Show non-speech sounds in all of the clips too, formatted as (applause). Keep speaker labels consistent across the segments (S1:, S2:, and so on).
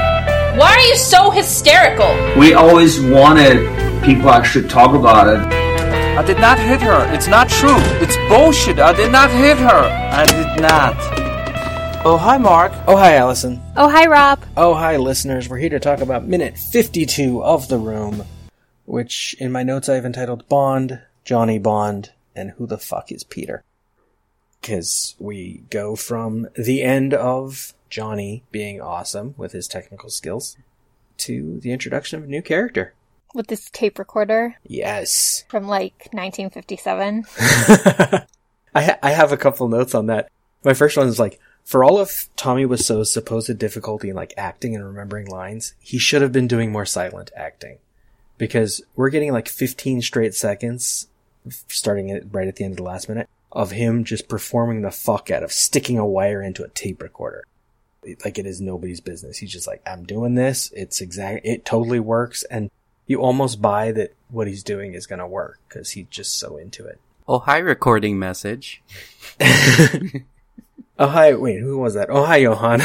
S1: Why are you so hysterical?
S2: We always wanted people actually talk about it.
S3: I did not hit her. It's not true. It's bullshit. I did not hit her. I did not. Oh, hi, Mark.
S4: Oh, hi, Allison.
S5: Oh, hi, Rob.
S4: Oh, hi, listeners. We're here to talk about minute 52 of The Room, which in my notes I've entitled Bond, Johnny Bond, and Who the Fuck is Peter? Because we go from the end of Johnny being awesome with his technical skills to the introduction of a new character.
S5: With this tape recorder
S4: Yes.
S5: from like 1957.
S4: (laughs) I ha- I have a couple notes on that. My first one is like, for all of Tommy Wiseau's supposed difficulty in like acting and remembering lines, he should have been doing more silent acting because we're getting like 15 straight seconds, starting it right at the end of the last minute, of him just performing the fuck out of sticking a wire into a tape recorder. It- Like it is nobody's business. He's just like, I'm doing this. It's exact. It totally works, and you almost buy that what he's doing is gonna work because he's just so into it.
S6: Oh, hi, recording message.
S4: (laughs) Oh hi, wait, who was that? Oh hi, Johan.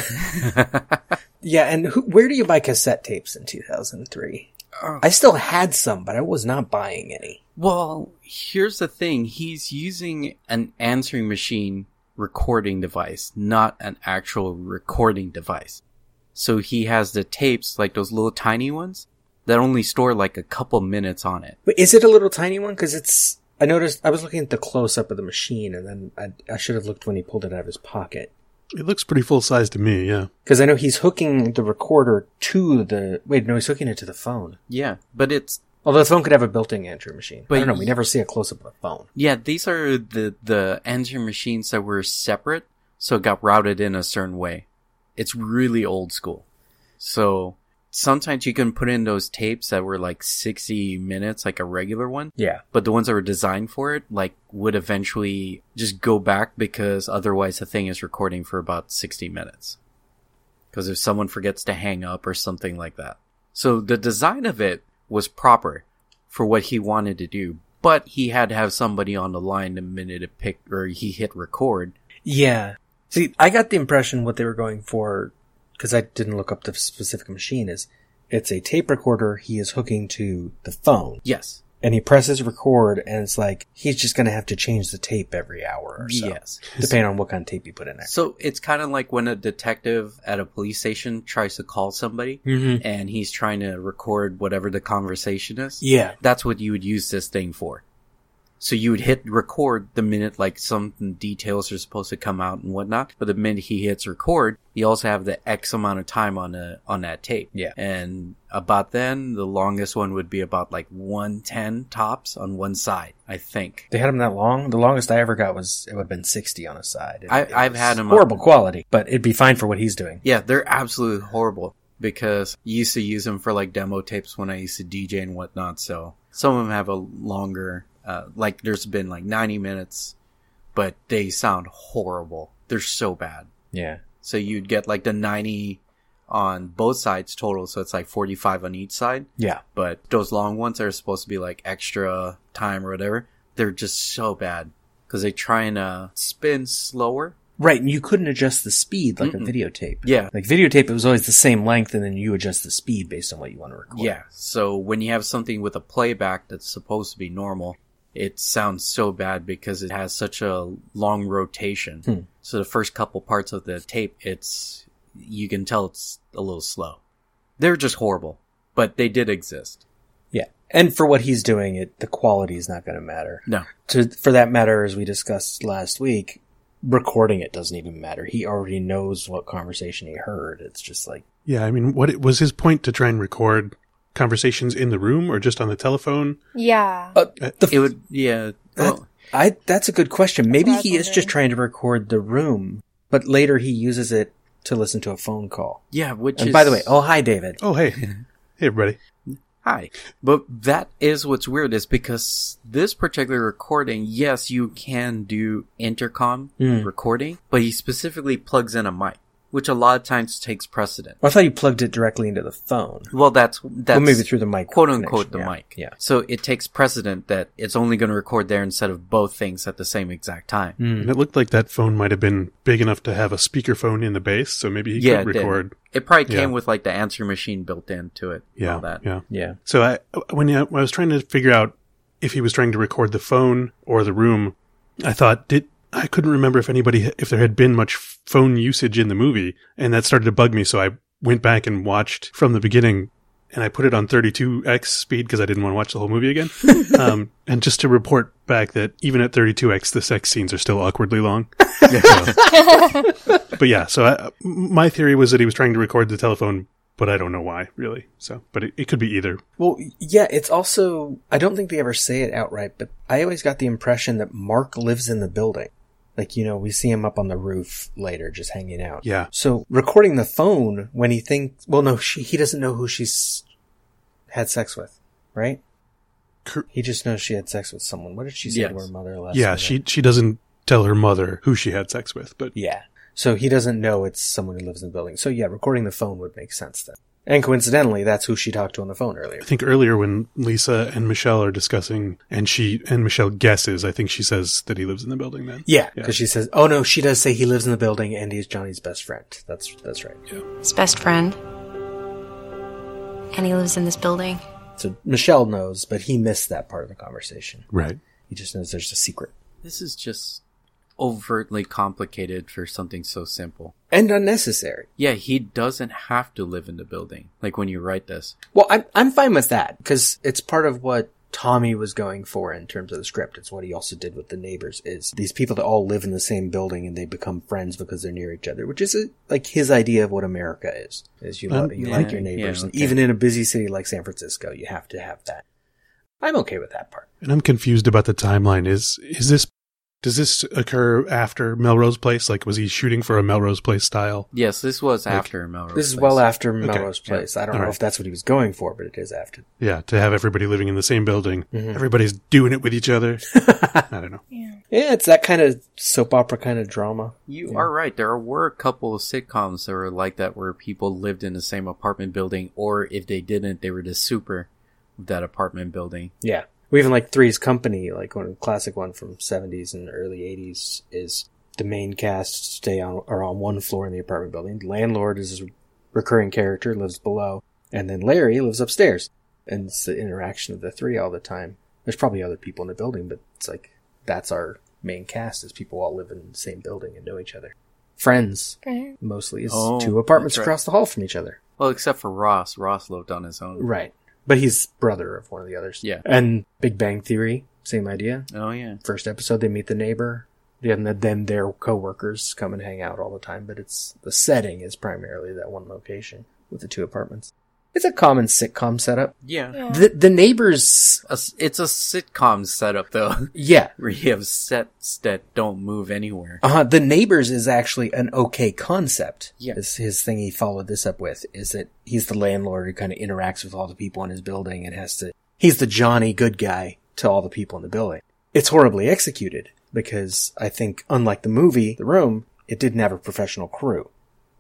S4: (laughs) yeah, and who, where do you buy cassette tapes in 2003?
S6: Oh.
S4: I still had some, but I was not buying any.
S6: Well, here's the thing. He's using an answering machine recording device, not an actual recording device. So he has the tapes, like those little tiny ones, that only store like a couple minutes on it.
S4: Wait, is it a little tiny one? Because it's. I noticed I was looking at the close up of the machine, and then I, I should have looked when he pulled it out of his pocket.
S7: It looks pretty full size to me, yeah.
S4: Because I know he's hooking the recorder to the. Wait, no, he's hooking it to the phone.
S6: Yeah, but it's,
S4: Although the phone could have a built-in answering machine.
S6: But
S4: I don't know.
S6: y-
S4: We never see a close up of the phone.
S6: yeah, these are the, the answering machines that were separate, so it got routed in a certain way. It's really old school. So sometimes you can put in those tapes that were like 60 minutes, like a regular one.
S4: Yeah.
S6: but the ones that were designed for it like would eventually just go back because otherwise the thing is recording for about 60 minutes because if someone forgets to hang up or something like that so the design of it was proper for what he wanted to do but he had to have somebody on the line the minute it picked or he hit record
S4: Yeah. See, I got the impression what they were going for, because I didn't look up the specific machine, is it's a tape recorder he is hooking to the phone.
S6: yes
S4: And he presses record, and it's like he's just going to have to change the tape every hour or so.
S6: Yes.
S4: Depending on what kind of tape you put in there.
S6: so it's kind of like when a detective at a police station tries to call somebody
S4: Mhm.
S6: and he's trying to record whatever the conversation is
S4: Yeah.
S6: that's what you would use this thing for. So you would hit record the minute like some details are supposed to come out and whatnot. But the minute he hits record, you also have the X amount of time on the on that tape.
S4: Yeah.
S6: And about then, the longest one would be about like one ten tops on one side, I think.
S4: They had them that long. The longest I ever got was, it would have been 60 on a side. It-
S6: I-
S4: it
S6: I've
S4: was
S6: had 'em up-
S4: Horrible quality, but it'd be fine for what he's doing.
S6: Yeah, they're absolutely horrible because I used to use them for like demo tapes when I used to DJ and whatnot. So some of them have a longer, uh, like there's been like 90 minutes, but they sound horrible. They're so bad.
S4: Yeah.
S6: So you'd get like the 90 on both sides total. So it's like 45 on each side.
S4: Yeah.
S6: But those long ones that are supposed to be like extra time or whatever, they're just so bad because they try and uh, spin slower.
S4: Right, and you couldn't adjust the speed like a videotape.
S6: Yeah.
S4: Like videotape, it was always the same length, and then you adjust the speed based on what you want to record.
S6: Yeah. So when you have something with a playback that's supposed to be normal, it sounds so bad because it has such a long rotation.
S4: Hmm.
S6: So the first couple parts of the tape, it's you can tell it's a little slow. They're just horrible, but they did exist.
S4: Yeah. And for what he's doing, it the quality is not going to matter.
S6: No.
S4: To for that matter, as we discussed last week, recording it doesn't even matter. He already knows what conversation he heard. It's just like
S7: Yeah, I mean, what it, was his point to try and record conversations in the room or just on the telephone?
S5: Yeah.
S4: uh, the
S6: It would, yeah.
S4: That-
S6: well,
S4: I that's a good question. Maybe
S5: what I was
S4: he is just
S5: wondering.
S4: trying to record the room, but later he uses it to listen to a phone call.
S6: Yeah, which
S4: and
S6: is-
S4: by the way, oh hi David.
S7: Oh hey, hey everybody.
S6: Hi. But that is what's weird is because this particular recording, yes, you can do intercom
S4: Hmm.
S6: recording, but he specifically plugs in a mic, which a lot of times takes precedent.
S4: Oh, I thought you plugged it directly into the phone.
S6: Well, that's that's
S4: maybe through the mic
S6: quote unquote, the
S4: connection, yeah,
S6: mic.
S4: yeah.
S6: So it takes precedent that it's only going to record there instead of both things at the same exact time.
S4: Hmm.
S7: And it looked like that phone might have been big enough to have a speakerphone in the base, so maybe he
S6: yeah,
S7: could
S6: it did.
S7: record.
S6: It, probably
S7: Yeah.
S6: came with like the answer machine built into it. and
S7: Yeah,
S6: all that. (laughs)
S7: yeah,
S4: Yeah.
S7: So I when I, when I was trying to figure out if he was trying to record the phone or the room, I thought did I couldn't remember if anybody if there had been much phone usage in the movie, and that started to bug me. So I went back and watched from the beginning, and I put it on 32x speed because I didn't want to watch the whole movie again, um, and just to report back that even at 32x the sex scenes are still awkwardly long. So- but yeah, so I, my theory was that he was trying to record the telephone, but I don't know why really. So, but it, it could be either.
S4: Well, yeah, it's also I don't think they ever say it outright, but I always got the impression that Mark lives in the building. Like, you know, we see him up on the roof later just hanging out.
S7: Yeah.
S4: So recording the phone when he thinks, well, no, she, he doesn't know who she's had sex with, right?
S7: Cor-
S4: He just knows she had sex with someone. What did she say
S6: Yes.
S4: to her mother last
S7: yeah,
S4: night?
S7: she she doesn't tell her mother who she had sex with, but
S4: Yeah. So he doesn't know it's someone who lives in the building. So yeah, recording the phone would make sense then. And coincidentally, that's who she talked to on the phone earlier.
S7: I think earlier when Lisa and Michelle are discussing, and she and Michelle guesses, I think she says that he lives in the building. Then
S4: Yeah, because she says, "Oh no, she does say he lives in the building and he's Johnny's best friend." That's that's right.
S8: His best friend. And he lives in this building.
S4: So Michelle knows, but he missed that part of the conversation.
S7: right.
S4: He just knows there's a secret
S6: This is just overtly complicated for something so simple.
S4: and unnecessary.
S6: Yeah, he doesn't have to live in the building. Like when you write this,
S4: Well, I'm I'm fine with that because it's part of what Tommy was going for in terms of the script. It's what he also did with the neighbors. Is these people that all live in the same building and they become friends because they're near each other, which is a, like his idea of what America is. Is you
S7: Um,
S4: love, you
S6: yeah,
S4: like your neighbors,
S6: yeah,
S4: and
S6: okay.
S4: even in a busy city like San Francisco, you have to have that. I'm okay with that part.
S7: And I'm confused about the timeline. Is is this does this occur after Melrose Place? Like, was he shooting for a Melrose Place style?
S6: yes, this was
S7: Like,
S6: after Melrose.
S4: This is
S6: Place.
S4: well after Melrose Place. I don't
S7: All
S4: know
S7: right.
S4: if that's what he was going for, but it is after. (laughs)
S7: Yeah, to have everybody living in the same building, everybody's doing it with each other. I don't know.
S4: Yeah, it's that kind of soap opera kind of drama.
S6: You are right. There were a couple of sitcoms that were like that, where people lived in the same apartment building, or if they didn't, they were the super of that apartment building.
S4: Yeah. Or even like Three's Company, like one classic one from 70s and early 80s is the main cast stay on are on one floor in the apartment building. The landlord is a recurring character, lives below, and then Larry lives upstairs. And it's the interaction of the three all the time. There's probably other people in the building, but it's like that's our main cast is people all live in the same building and know each other. Friends
S5: Friends.
S4: mostly is
S6: Oh,
S4: two apartments
S6: that's right.
S4: across the hall from each other.
S6: Well, except for Ross. Ross lived on his own.
S4: Right. But he's brother of one of the others.
S6: Yeah.
S4: And Big Bang Theory, same idea.
S6: Oh yeah.
S4: First episode, they meet the neighbor. And then their coworkers come and hang out all the time, but it's the setting is primarily that one location with the two apartments. It's a common sitcom setup.
S6: Yeah.
S4: The the neighbors,
S6: A s- it's a sitcom setup though, (laughs)
S4: yeah,
S6: where you have sets that don't move anywhere.
S4: Uh huh. The neighbors is actually an okay concept.
S6: Yeah.
S4: Is his thing he followed this up with is that he's the landlord who kind of interacts with all the people in his building and has to. He's the Johnny good guy to all the people in the building. It's horribly executed because I think, unlike the movie, The Room, it didn't have a professional crew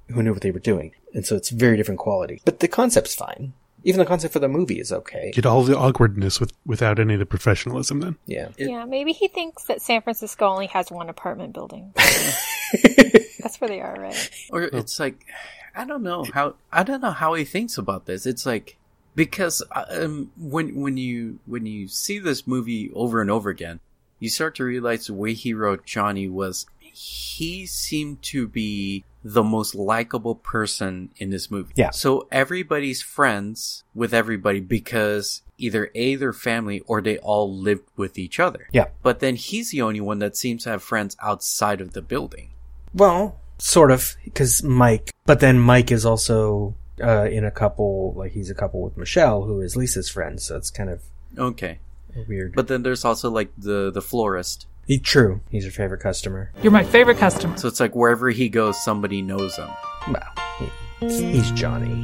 S4: who knew what they were doing, and so it's very different quality. But the concept's fine. Even the concept for the movie is okay.
S7: Get all the awkwardness with without any of the professionalism. Then
S4: Yeah.
S5: yeah, maybe he thinks that San Francisco only has one apartment building. That's where they are, right?
S6: Or it's like, I don't know how I don't know how he thinks about this. It's like because um, when when you when you see this movie over and over again, you start to realize the way he wrote Johnny was he seemed to be the most likable person in this movie.
S4: Yeah.
S6: So everybody's friends with everybody because either a their family or they all lived with each other.
S4: Yeah.
S6: But then he's the only one that seems to have friends outside of the building.
S4: Well, sort of, because Mike. But then Mike is also uh, in a couple, like he's a couple with Michelle, who is Lisa's friend. So it's kind of
S6: Okay.
S4: weird.
S6: But then there's also like the the florist
S4: He, true. He's your favorite customer.
S9: You're my favorite customer.
S6: So it's like wherever he goes, somebody knows him.
S4: Well, he's Johnny.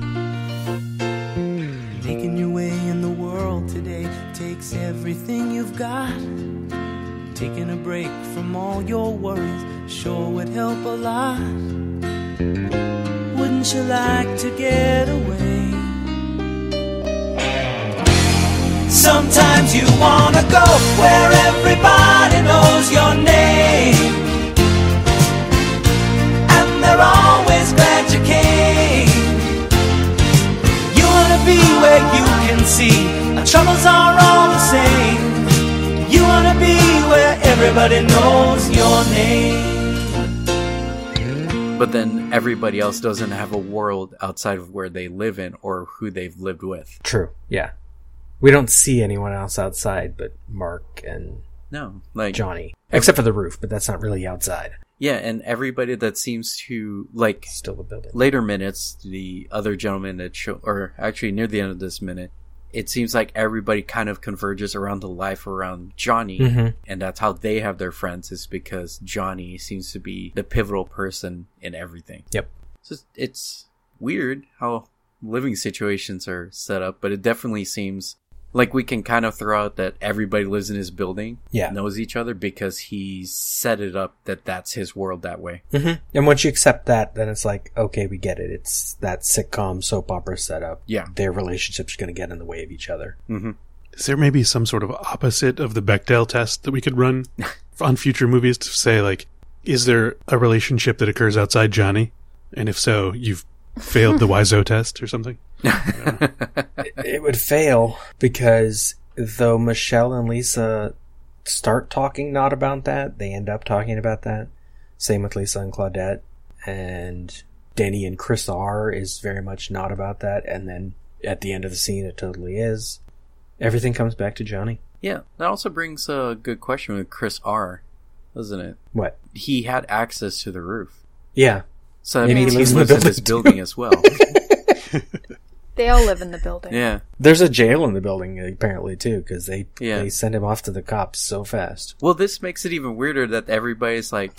S10: Making your way in the world today takes everything you've got. Taking a break from all your worries sure would help a lot. Wouldn't you like to get away? Sometimes you wanna go where everybody knows your name. And they're always glad you came. You wanna be where you can see our troubles are all the same. You wanna be where everybody knows your name.
S6: But then everybody else doesn't have a world outside of where they live in or who they've lived with.
S4: True. Yeah. We don't see anyone else outside but Mark and
S6: No, like
S4: Johnny, except for the roof, but that's not really outside.
S6: Yeah, and everybody that seems to like
S4: still the building.
S6: Later minutes, the other gentleman that show, or actually near the end of this minute, it seems like everybody kind of converges around the life around Johnny,
S4: Mhm.
S6: and that's how they have their friends is because Johnny seems to be the pivotal person in everything.
S4: Yep.
S6: So it's- it's weird how living situations are set up, but it definitely seems like we can kind of throw out that everybody lives in his building,
S4: Yeah.
S6: knows each other because he set it up that that's his world that way.
S4: hmm And once you accept that, then it's like, okay, we get it. It's that sitcom soap opera setup.
S6: Yeah.
S4: Their relationship's going to get in the way of each other.
S6: Mm-hmm.
S7: Is there maybe some sort of opposite of the Bechdel test that we could run on future movies to say, like, is there a relationship that occurs outside Johnny? And if so, you've failed the Wiseau test or something?
S6: (laughs)
S4: it would fail because though Michelle and Lisa start talking not about that, they end up talking about that. Same with Lisa and Claudette. And Danny and Chris R is very much not about that. And then at the end of the scene, it totally is. Everything comes back to Johnny.
S6: Yeah, that also brings a good question with Chris R, doesn't it?
S4: What?
S6: He had access to the roof.
S4: Yeah.
S6: So that
S4: And he
S6: means he
S4: lives
S6: lives
S4: in the
S6: in this
S4: building
S6: building
S4: (laughs)
S6: as well.
S5: They all live in the building.
S6: yeah.
S4: There's a jail in the building apparently too, because they
S6: Yeah.
S4: they send him off to the cops so fast.
S6: Well, this makes it even weirder that everybody's like,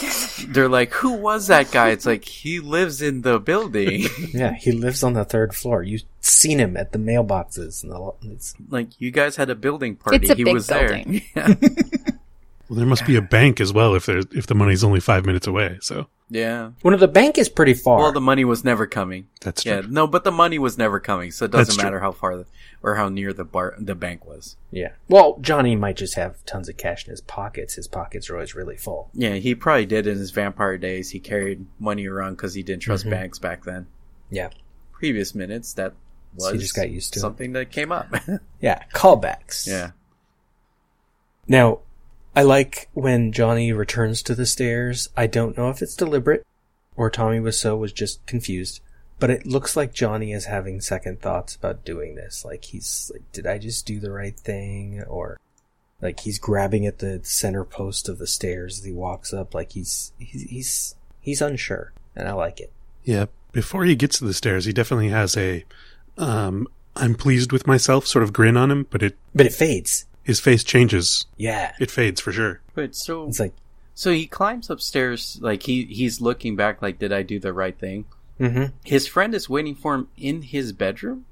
S6: they're like, who was that guy? It's like, he lives in
S4: (laughs)
S6: the building.
S4: Yeah, he lives on the third floor. You've seen him at the mailboxes and the. lo- It's,
S6: like, you guys had a building party.
S4: It's a
S6: he
S4: big
S6: was
S4: building.
S6: there. (laughs) Yeah.
S7: Well, there must be a bank as well if there's if the money's only five minutes away. So
S6: yeah.
S4: Well, the bank is pretty (laughs) far.
S6: Well, the money was never coming.
S7: That's
S6: Yeah, no, but the money was never coming, so it
S4: That's
S6: doesn't
S4: true.
S6: matter how far the, or how near the bar the bank was.
S4: Yeah. Well, Johnny might just have tons of cash in his pockets. His pockets are always really full.
S6: Yeah, he probably did in his vampire days. He carried money around because he didn't trust
S4: Mhm.
S6: banks back then.
S4: Yeah.
S6: Previous minutes, that
S4: So
S6: was
S4: he just got used to it.
S6: something that came up. (laughs)
S4: Yeah, callbacks.
S6: yeah.
S4: Now, I like when Johnny returns to the stairs. I don't know if it's deliberate or Tommy Wiseau was just confused, but it looks like Johnny is having second thoughts about doing this. Like he's like, did I just do the right thing? Or like he's grabbing at the center post of the stairs as he walks up. Like he's he's he's, he's unsure, and I like it.
S7: yeah, before he gets to the stairs, he definitely has a um, "I'm pleased with myself" sort of grin on him, but it
S4: but it fades.
S7: His face changes.
S4: Yeah,
S7: it fades for sure.
S6: But so
S4: It's like
S6: so he climbs upstairs like he he's looking back like did I do the right thing?
S4: mm-hmm.
S6: His friend is waiting for him in his bedroom.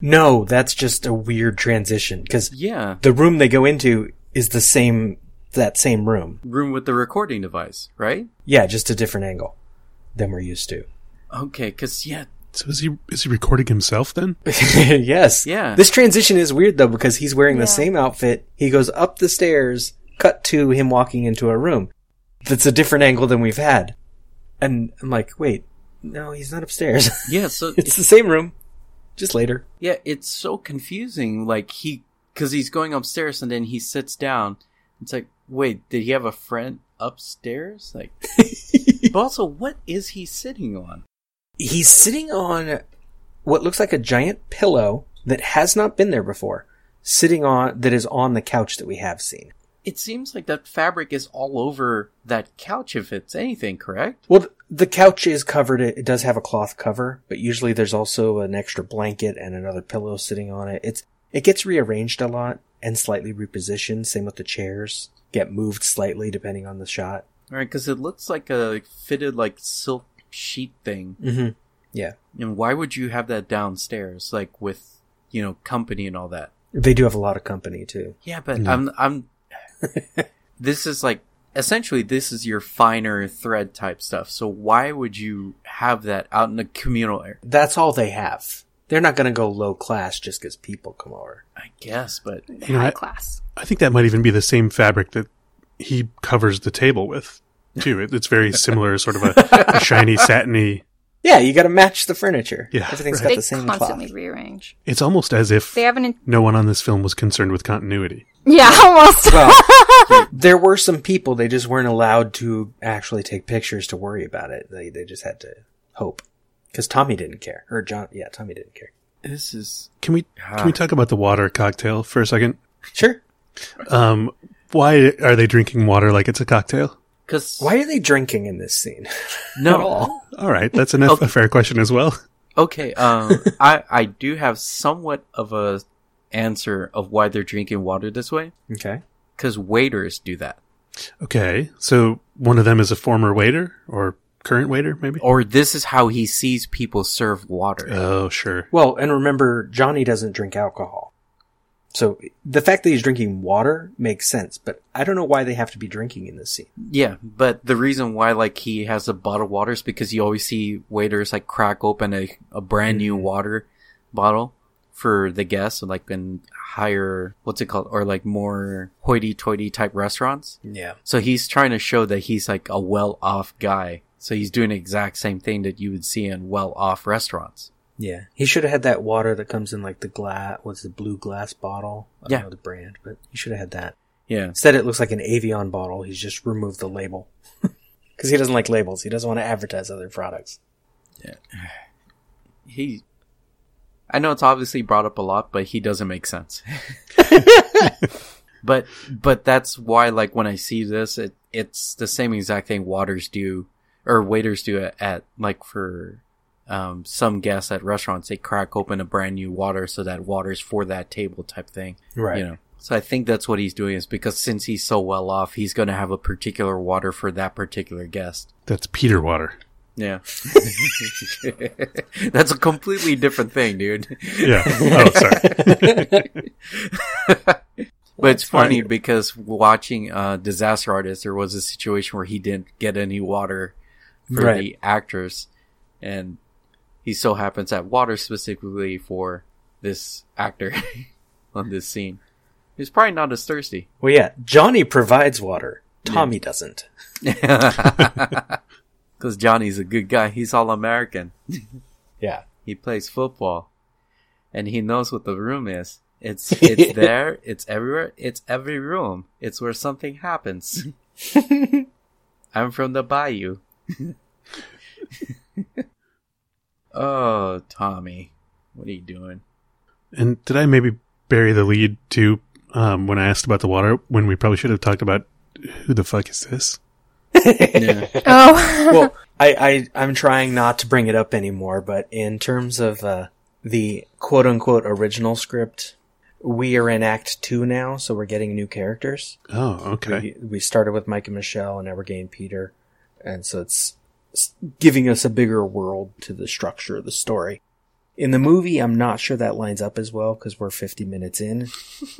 S4: No, that's just a weird transition because
S6: Yeah.
S4: the room they go into is the same that same room.
S6: Room with the recording device, right?
S4: Yeah, just a different angle than we're used to. (laughs)
S6: Okay, cuz yeah,
S7: So is he is he recording himself then?
S4: yes.
S6: Yeah.
S4: This transition is weird though because he's wearing the same outfit. He goes up the stairs, cut to him walking into a room. That's a different angle than we've had. And I'm like, wait, no, he's not upstairs. (laughs)
S6: Yeah, so
S4: it's the same room, just later. (laughs)
S6: Yeah, it's so confusing. Like he, because he's going upstairs and then he sits down. It's like, wait, did he have a friend upstairs? Like, but also, what is he sitting on?
S4: He's sitting on what looks like a giant pillow that has not been there before, sitting on that is on the couch that we have seen.
S6: It seems like that fabric is all over that couch. If it's anything, correct?
S4: Well, th- the couch is covered. It it does have a cloth cover, but usually there's also an extra blanket and another pillow sitting on it. It's it gets rearranged a lot, and slightly repositioned. Same with the chairs, get moved slightly depending on the shot.
S6: All right, because it looks like a fitted like silk sheet thing.
S4: Mhm. Yeah.
S6: And why would you have that downstairs, like with you know company and all that?
S4: They do have a lot of company too.
S6: Yeah, but
S4: Mhm.
S6: I'm I'm. (laughs) this is like essentially this is your finer thread type stuff. So why would you have that out in the communal area?
S4: That's all they have. They're not going to go low class just because people come over.
S6: I guess, but
S7: You know, I- I think that might even be the same fabric that he covers the table with, too. It, it's very similar, sort of a, a shiny, satiny.
S4: Yeah, you got to match the furniture.
S7: Yeah,
S4: everything's
S7: right.
S4: got
S9: they
S4: the same cloth.
S9: constantly rearrange.
S7: It's almost as if
S9: They haven't.
S5: (laughs)
S9: In-
S7: no one on this film was concerned with continuity.
S9: yeah, almost.
S4: Well, there were some people they just weren't allowed to actually take pictures to worry about it. They they just had to hope because Tommy didn't care or John. Yeah, Tommy didn't care.
S6: This is
S7: Can we can we talk about the water cocktail for a second?
S4: Sure.
S7: Um, why are they drinking water like it's a cocktail?
S6: Because
S4: why are they drinking in this scene? (laughs)
S6: No.
S4: At all.
S7: All right, that's an, a fair question as well.
S6: Okay,
S4: (laughs)
S6: um, I I do have somewhat of a answer of why they're drinking water this way.
S4: Okay,
S6: because waiters do that,
S7: Okay, so one of them is a former waiter or current waiter, maybe.
S6: or this is how he sees people serve water.
S7: Oh, sure.
S4: Well, and remember, Johnny doesn't drink alcohol, so the fact that he's drinking water makes sense. But I don't know why they have to be drinking in this scene.
S6: Yeah, but the reason why like he has a bottle of water is because you always see waiters like crack open a, a brand new water bottle for the guests, like in higher what's it called, or like more hoity-toity type restaurants.
S4: Yeah.
S6: So he's trying to show that he's like a well-off guy. So he's doing the exact same thing that you would see in well-off restaurants.
S4: Yeah, he should have had that water that comes in like the glass. What's the blue glass bottle? I
S6: Yeah.
S4: don't know the brand, but he should have had that.
S6: Yeah.
S4: Instead, it looks like an Avion bottle. He's just removed the label (laughs) because he doesn't like labels. He doesn't want to advertise other products.
S6: He, I know it's obviously brought up a lot, but he doesn't make sense. but but that's why like when I see this, it it's the same exact thing waters do or waiters do at, at like for um, some guests at restaurants. They crack open a brand new water so that water's for that table type thing,
S4: Right.
S6: You know. So I think that's what he's doing is because since he's so well off, he's going to have a particular water for that particular guest.
S7: That's Peter water. (laughs)
S6: Yeah. That's a completely different thing, dude.
S7: Yeah. Oh, sorry.
S6: (laughs) but it's
S7: That's fine.
S6: funny because watching uh, Disaster Artist, there was a situation where he didn't get any water for
S4: Right.
S6: the actress, and he so happens at water specifically for this actor (laughs) on this scene. He's probably not as thirsty.
S4: Well, yeah, Johnny provides water. Tommy doesn't.
S6: (laughs) Because Johnny's a good guy. He's all American.
S4: Yeah.
S6: He plays football. And he knows what the room is. It's it's there, it's everywhere, it's every room. It's where something happens. I'm from the bayou. oh, Tommy. What are you doing?
S7: And did I maybe bury the lead too um, when I asked about the water? When we probably should have talked about who the fuck is this?
S4: Oh. well, (laughs) I, I, I'm trying not to bring it up anymore, but in terms of uh, the quote unquote original script, we are in Act 2 now, so we're getting new characters.
S7: Oh, okay.
S4: We, we started with Mike and Michelle, and now we're getting Peter. And so it's it's giving us a bigger world to the structure of the story. In the movie, I'm not sure that lines up as well because we're 50 minutes in.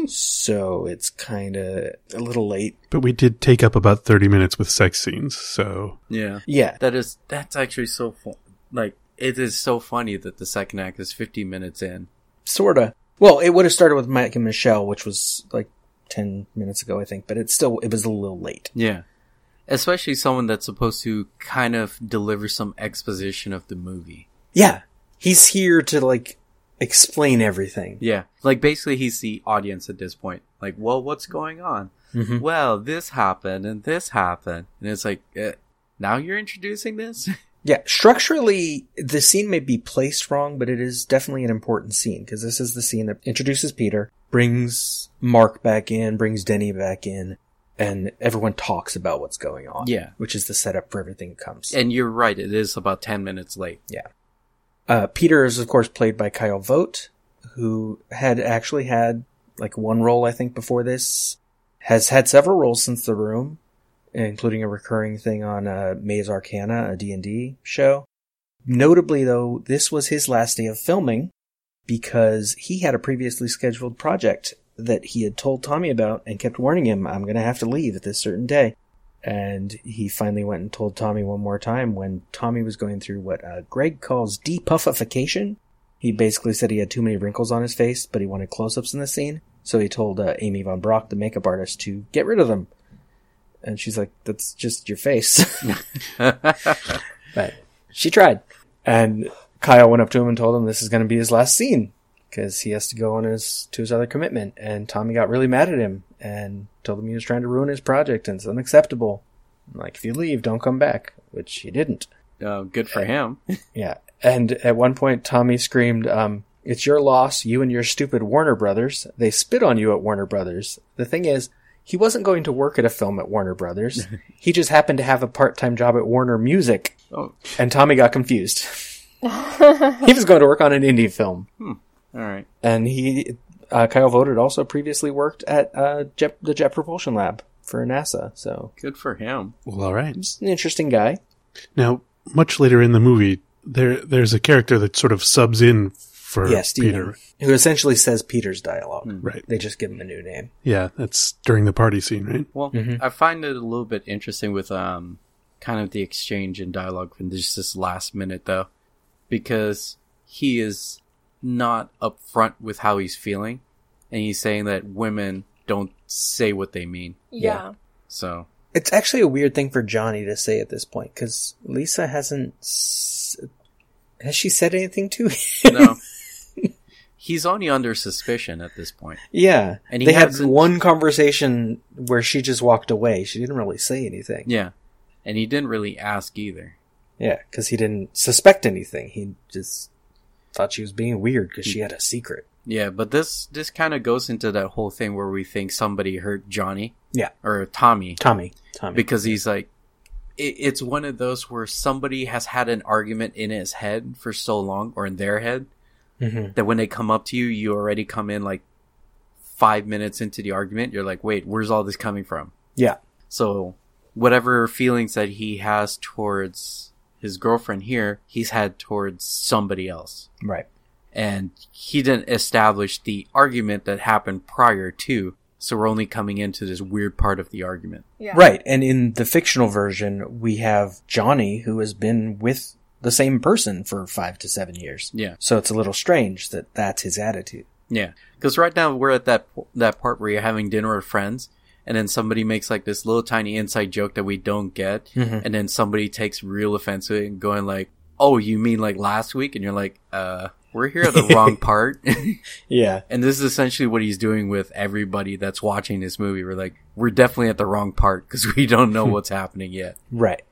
S4: so it's kind of a little late.
S7: But we did take up about thirty minutes with sex scenes, so
S6: Yeah.
S4: Yeah.
S6: That is that's actually so fun. Like it is so funny that the second act is 50 minutes in.
S4: Sorta. Well, it would have started with Mike and Michelle, which was like 10 minutes ago, I think, but it's still, it was a little late.
S6: Yeah. Especially someone that's supposed to kind of deliver some exposition of the movie.
S4: Yeah. He's here to like explain everything.
S6: Yeah. Like basically he's the audience at this point. Like, well, what's going on?
S4: Mhm.
S6: Well, this happened and this happened. And it's like, eh, now you're introducing (laughs) this?
S4: Yeah. Structurally, the scene may be placed wrong, but it is definitely an important scene because this is the scene that introduces Peter, brings Mark back in, brings Denny back in, and everyone talks about what's going on.
S6: Yeah.
S4: Which is the setup for everything that comes.
S6: and you're right. It is about 10 minutes late.
S4: Yeah. Uh, Peter is, of course, played by Kyle Vogt, who had actually had like one role, I think, before this. Has had several roles since The Room, including a recurring thing on uh, Maze Arcana, a D&D show. Notably, though, this was his last day of filming because he had a previously scheduled project that he had told Tommy about and kept warning him, I'm going to have to leave at this certain day. And he finally went and told Tommy one more time when Tommy was going through what uh, Greg calls depuffification. He basically said he had too many wrinkles on his face, but he wanted close ups in the scene. So he told uh, Amy Von Brock, the makeup artist, to get rid of them. And she's like, that's just your face. (laughs) but she tried. And Kyle went up to him and told him this is going to be his last scene because he has to go on his to his other commitment. And Tommy got really mad at him and told him he was trying to ruin his project and it's unacceptable. I'm like, if you leave, don't come back, which he didn't.
S6: Uh, good for (laughs) him.
S4: Yeah. And at one point, Tommy screamed, um, It's your loss, you and your stupid Warner Brothers. They spit on you at Warner Brothers. The thing is, he wasn't going to work at a film at Warner Brothers. he just happened to have a part time job at Warner Music.
S6: Oh.
S4: And Tommy got confused. he was going to work on an indie film.
S6: Hmm. All right.
S4: And he, uh, Kyle Voted also previously worked at uh, Jet, the Jet Propulsion Lab for NASA. So
S6: Good for him.
S7: Well, all right.
S4: he's an interesting guy.
S7: Now, much later in the movie, there there's a character that sort of subs in for
S4: Yes,
S7: Peter.
S4: Steven, who essentially says Peter's dialogue.
S6: Hmm.
S7: Right.
S4: They just give him a new name.
S7: Yeah, that's during the party scene, right?
S6: Well, I find it a little bit interesting with um, kind of the exchange and dialogue from just this last minute, though, because he is not upfront with how he's feeling, and he's saying that women don't say what they mean.
S5: (laughs) Yeah.
S6: So
S4: It's actually a weird thing for Johnny to say at this point because Lisa hasn't. s- Has she said anything to him? (laughs)
S6: no, he's only under suspicion at this point.
S4: yeah.
S6: And he
S4: they had
S6: hasn't-
S4: one conversation where she just walked away. She didn't really say anything.
S6: Yeah, and he didn't really ask either.
S4: Yeah, because he didn't suspect anything. He just thought she was being weird
S6: Hmm.
S4: because she had a secret.
S6: Yeah, but this this kind of goes into that whole thing where we think somebody hurt Johnny
S4: Yeah.
S6: or Tommy.
S4: Tommy. Tommy.
S6: because he's like it, it's one of those where somebody has had an argument in his head for so long or in their head
S4: Mhm.
S6: that when they come up to you you already come in like five minutes into the argument you're like wait where's all this coming from
S4: Yeah.
S6: so whatever feelings that he has towards his girlfriend here he's had towards somebody else
S4: Right.
S6: and he didn't establish the argument that happened prior to so we're only coming into this weird part of the argument
S5: Yeah.
S4: Right. And in the fictional version, we have Johnny who has been with the same person for five to seven years.
S6: yeah
S4: So it's a little strange that that's his attitude.
S6: Yeah, because right now we're at that po- that part where you're having dinner with friends, and then somebody makes like this little tiny inside joke that we don't get,
S4: Mhm.
S6: and then somebody takes real offense to it and going like, "Oh, you mean like last week?" And you're like, "Uh, we're here at (laughs) the wrong part."
S4: Yeah.
S6: and this is essentially what he's doing with everybody that's watching this movie. We're like, we're definitely at the wrong part because we don't (laughs) know what's happening yet.
S4: Right.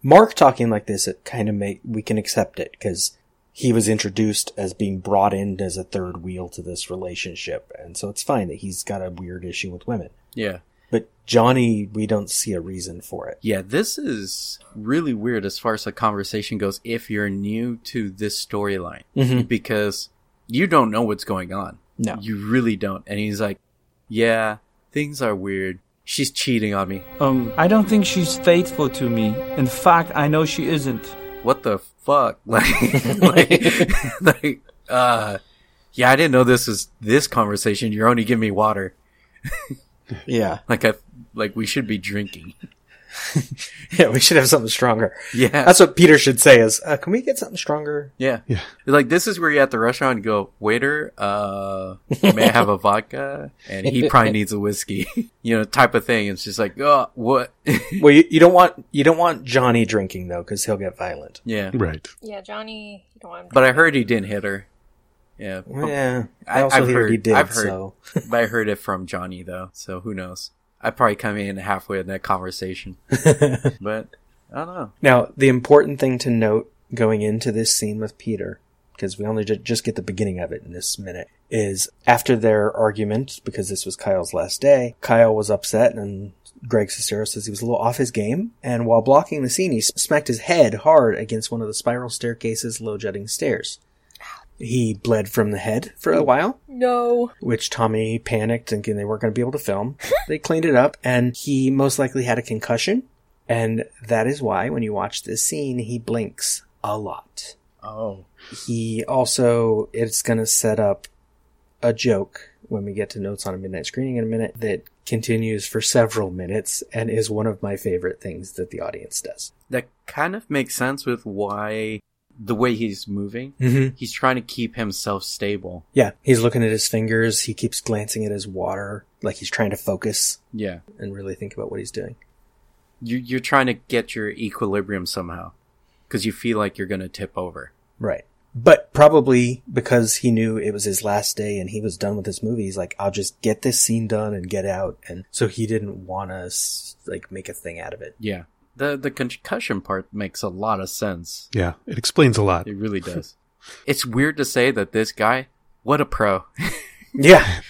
S4: Mark talking like this, it kind of make, we can accept it because he was introduced as being brought in as a third wheel to this relationship. And so it's fine that he's got a weird issue with women.
S6: Yeah.
S4: But Johnny, we don't see a reason for it.
S6: Yeah, this is really weird as far as the conversation goes if you're new to this storyline
S4: Mhm.
S6: because you don't know what's going on.
S4: No.
S6: You really don't. And he's like, "Yeah, things are weird. She's cheating on me."
S3: Um, I don't think she's faithful to me. In fact, I know she isn't.
S6: What the fuck? (laughs) Like (laughs) like, like uh yeah, I didn't know this was this conversation. You're only giving me water.
S4: Yeah.
S6: Like I like we should be drinking.
S4: (laughs)
S6: (laughs)
S4: Yeah. We should have something stronger.
S6: Yeah.
S4: That's what Peter should say is, uh, can we get something stronger?
S6: Yeah. Like this is where you're at the restaurant and go, waiter, uh, may I have a vodka? And he probably needs a whiskey, (laughs) you know, type of thing. It's just like, oh, what? (laughs)
S4: Well, you, you don't want, you don't want Johnny drinking though, cause he'll get violent.
S6: yeah.
S7: Right.
S5: Yeah, Johnny. You don't want him to-
S6: But I heard he didn't hit her. Yeah.
S4: Yeah. I
S6: Oh, I-
S4: also
S6: I've
S4: heard, he
S6: heard-
S4: did.
S6: I've heard.
S4: So
S6: (laughs) But I heard it from Johnny though. So who knows? I probably come in halfway in that conversation, but I don't know.
S4: Now, the important thing to note going into this scene with Peter, because we only ju- just get the beginning of it in this minute, is after their argument, because this was Kyle's last day, Kyle was upset and Greg Cicero says he was a little off his game. And while blocking the scene, he s- smacked his head hard against one of the spiral staircase's low jutting stairs. He bled from the head for a while,
S5: No.
S4: which Tommy panicked thinking they weren't going to be able to film. they cleaned it up and he most likely had a concussion. And that is why when you watch this scene, he blinks a lot.
S6: Oh.
S4: He also, it's going to set up a joke when we get to notes on a midnight screening in a minute that continues for several minutes and is one of my favorite things that the audience does.
S6: That kind of makes sense with why the way he's moving.
S4: Mhm.
S6: He's trying to keep himself stable.
S4: Yeah, he's looking at his fingers. He keeps glancing at his water, like he's trying to focus.
S6: Yeah.
S4: and really think about what he's doing.
S6: You you're trying to get your equilibrium somehow because you feel like you're going to tip over.
S4: Right. But probably because he knew it was his last day and he was done with his movie, he's like, I'll just get this scene done and get out. And so he didn't want to like make a thing out of it.
S6: Yeah. The the concussion part makes a lot of sense.
S7: Yeah, it explains a lot.
S6: It (laughs) really does. it's weird to say that this guy, what a pro. (laughs)
S4: yeah.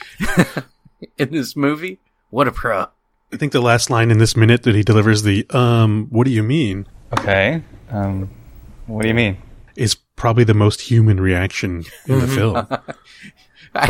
S6: In this movie, what a pro. (laughs)
S7: I think the last line in this minute that he delivers the um, what do you mean?
S9: Okay. Um, what do you mean?
S7: Is probably the most human reaction in the (laughs)
S6: Mhm.
S7: film,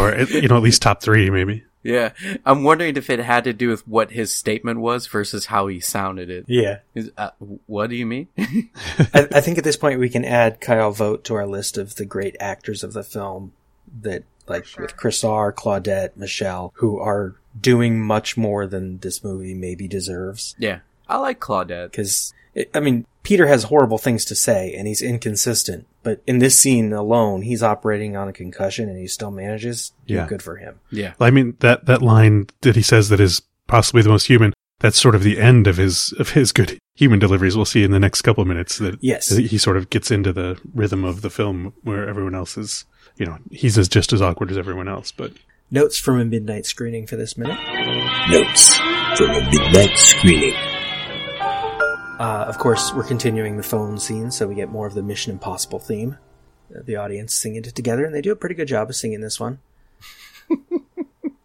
S7: or at- you know, at least top three, maybe.
S6: Yeah, I'm wondering if it had to do with what his statement was versus how he sounded it.
S4: Yeah.
S6: Is- uh, what do you mean? (laughs)
S4: I, I think at this point we can add Kyle Vogt to our list of the great actors of the film that like with Chris R, Claudette, Michelle, who are doing much more than this movie maybe deserves.
S6: yeah, I like Claudette.
S4: because I mean, Peter has horrible things to say and he's inconsistent, but in this scene alone, he's operating on a concussion and he still manages. Yeah,
S7: Yeah.
S4: good for him.
S6: Yeah.
S7: I mean that that line that he says that is possibly the most human. That's sort of the end of his of his good human deliveries. We'll see in the next couple of minutes that
S4: Yes.
S7: he sort of gets into the rhythm of the film where everyone else is, you know, he's as just as awkward as everyone else. But
S4: Notes from a midnight screening for this minute.
S11: Notes from a midnight screening.
S4: Uh, of course, we're continuing the phone scene, so we get more of the Mission Impossible theme. Uh, The audience singing it together, and they do a pretty good job of singing
S11: (laughs)
S4: this one.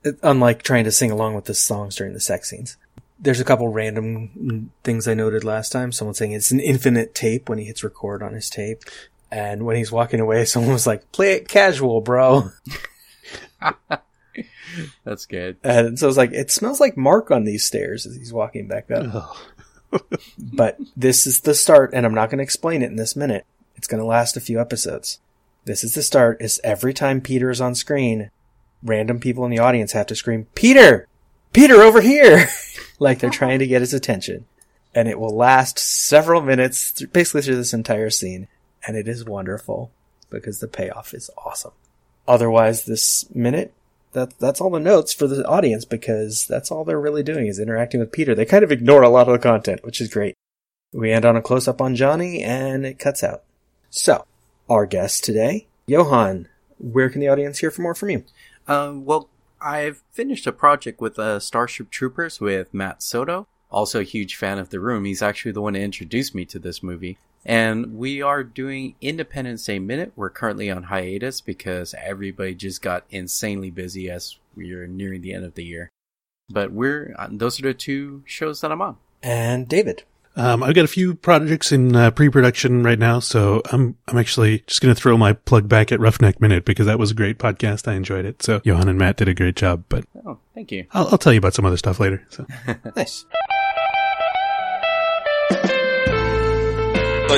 S4: It- Unlike trying to sing along with the songs during the sex scenes. There's a couple random mm, things I noted last time. Someone saying it's an infinite tape when he hits record on his tape. And when he's walking away, (laughs) someone was like, play it casual, bro.
S6: That's good.
S4: And so I was like, it smells like Mark on these stairs as he's walking back up. (laughs) but this is the start, and I'm not going to explain it in this minute. It's going to last a few episodes. This is the start. Is every time Peter is on screen, random people in the audience have to scream, Peter! Peter over here! (laughs) like they're trying to get his attention. And it will last several minutes, th- basically through this entire scene. And it is wonderful because the payoff is awesome. Otherwise, this minute that that's all the notes for the audience because that's all they're really doing is interacting with Peter. They kind of ignore a lot of the content, which is great. We end on a close up on Johnny and it cuts out. So, our guest today, Johan, where can the audience hear for more from you?
S6: Um, well, I've finished a project with uh, Starship Troopers with Matt Soto. Also, a huge fan of The Room. He's actually the one to introduce me to this movie. And we are doing Independence Day Minute. We're currently on hiatus because everybody just got insanely busy as we're nearing the end of the year. But we're uh, those are the two shows that I'm on.
S4: And (laughs) David.
S7: Um, I've got a few projects in uh, pre-production right now, so I'm I'm actually just going to throw my plug back at Roughneck Minute because that was a great podcast. I enjoyed it. So Johan and Matt did a great job, but
S6: Oh, thank you.
S7: I'll, I'll tell you about some other stuff later. So
S4: nice.
S12: So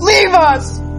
S13: Leave us!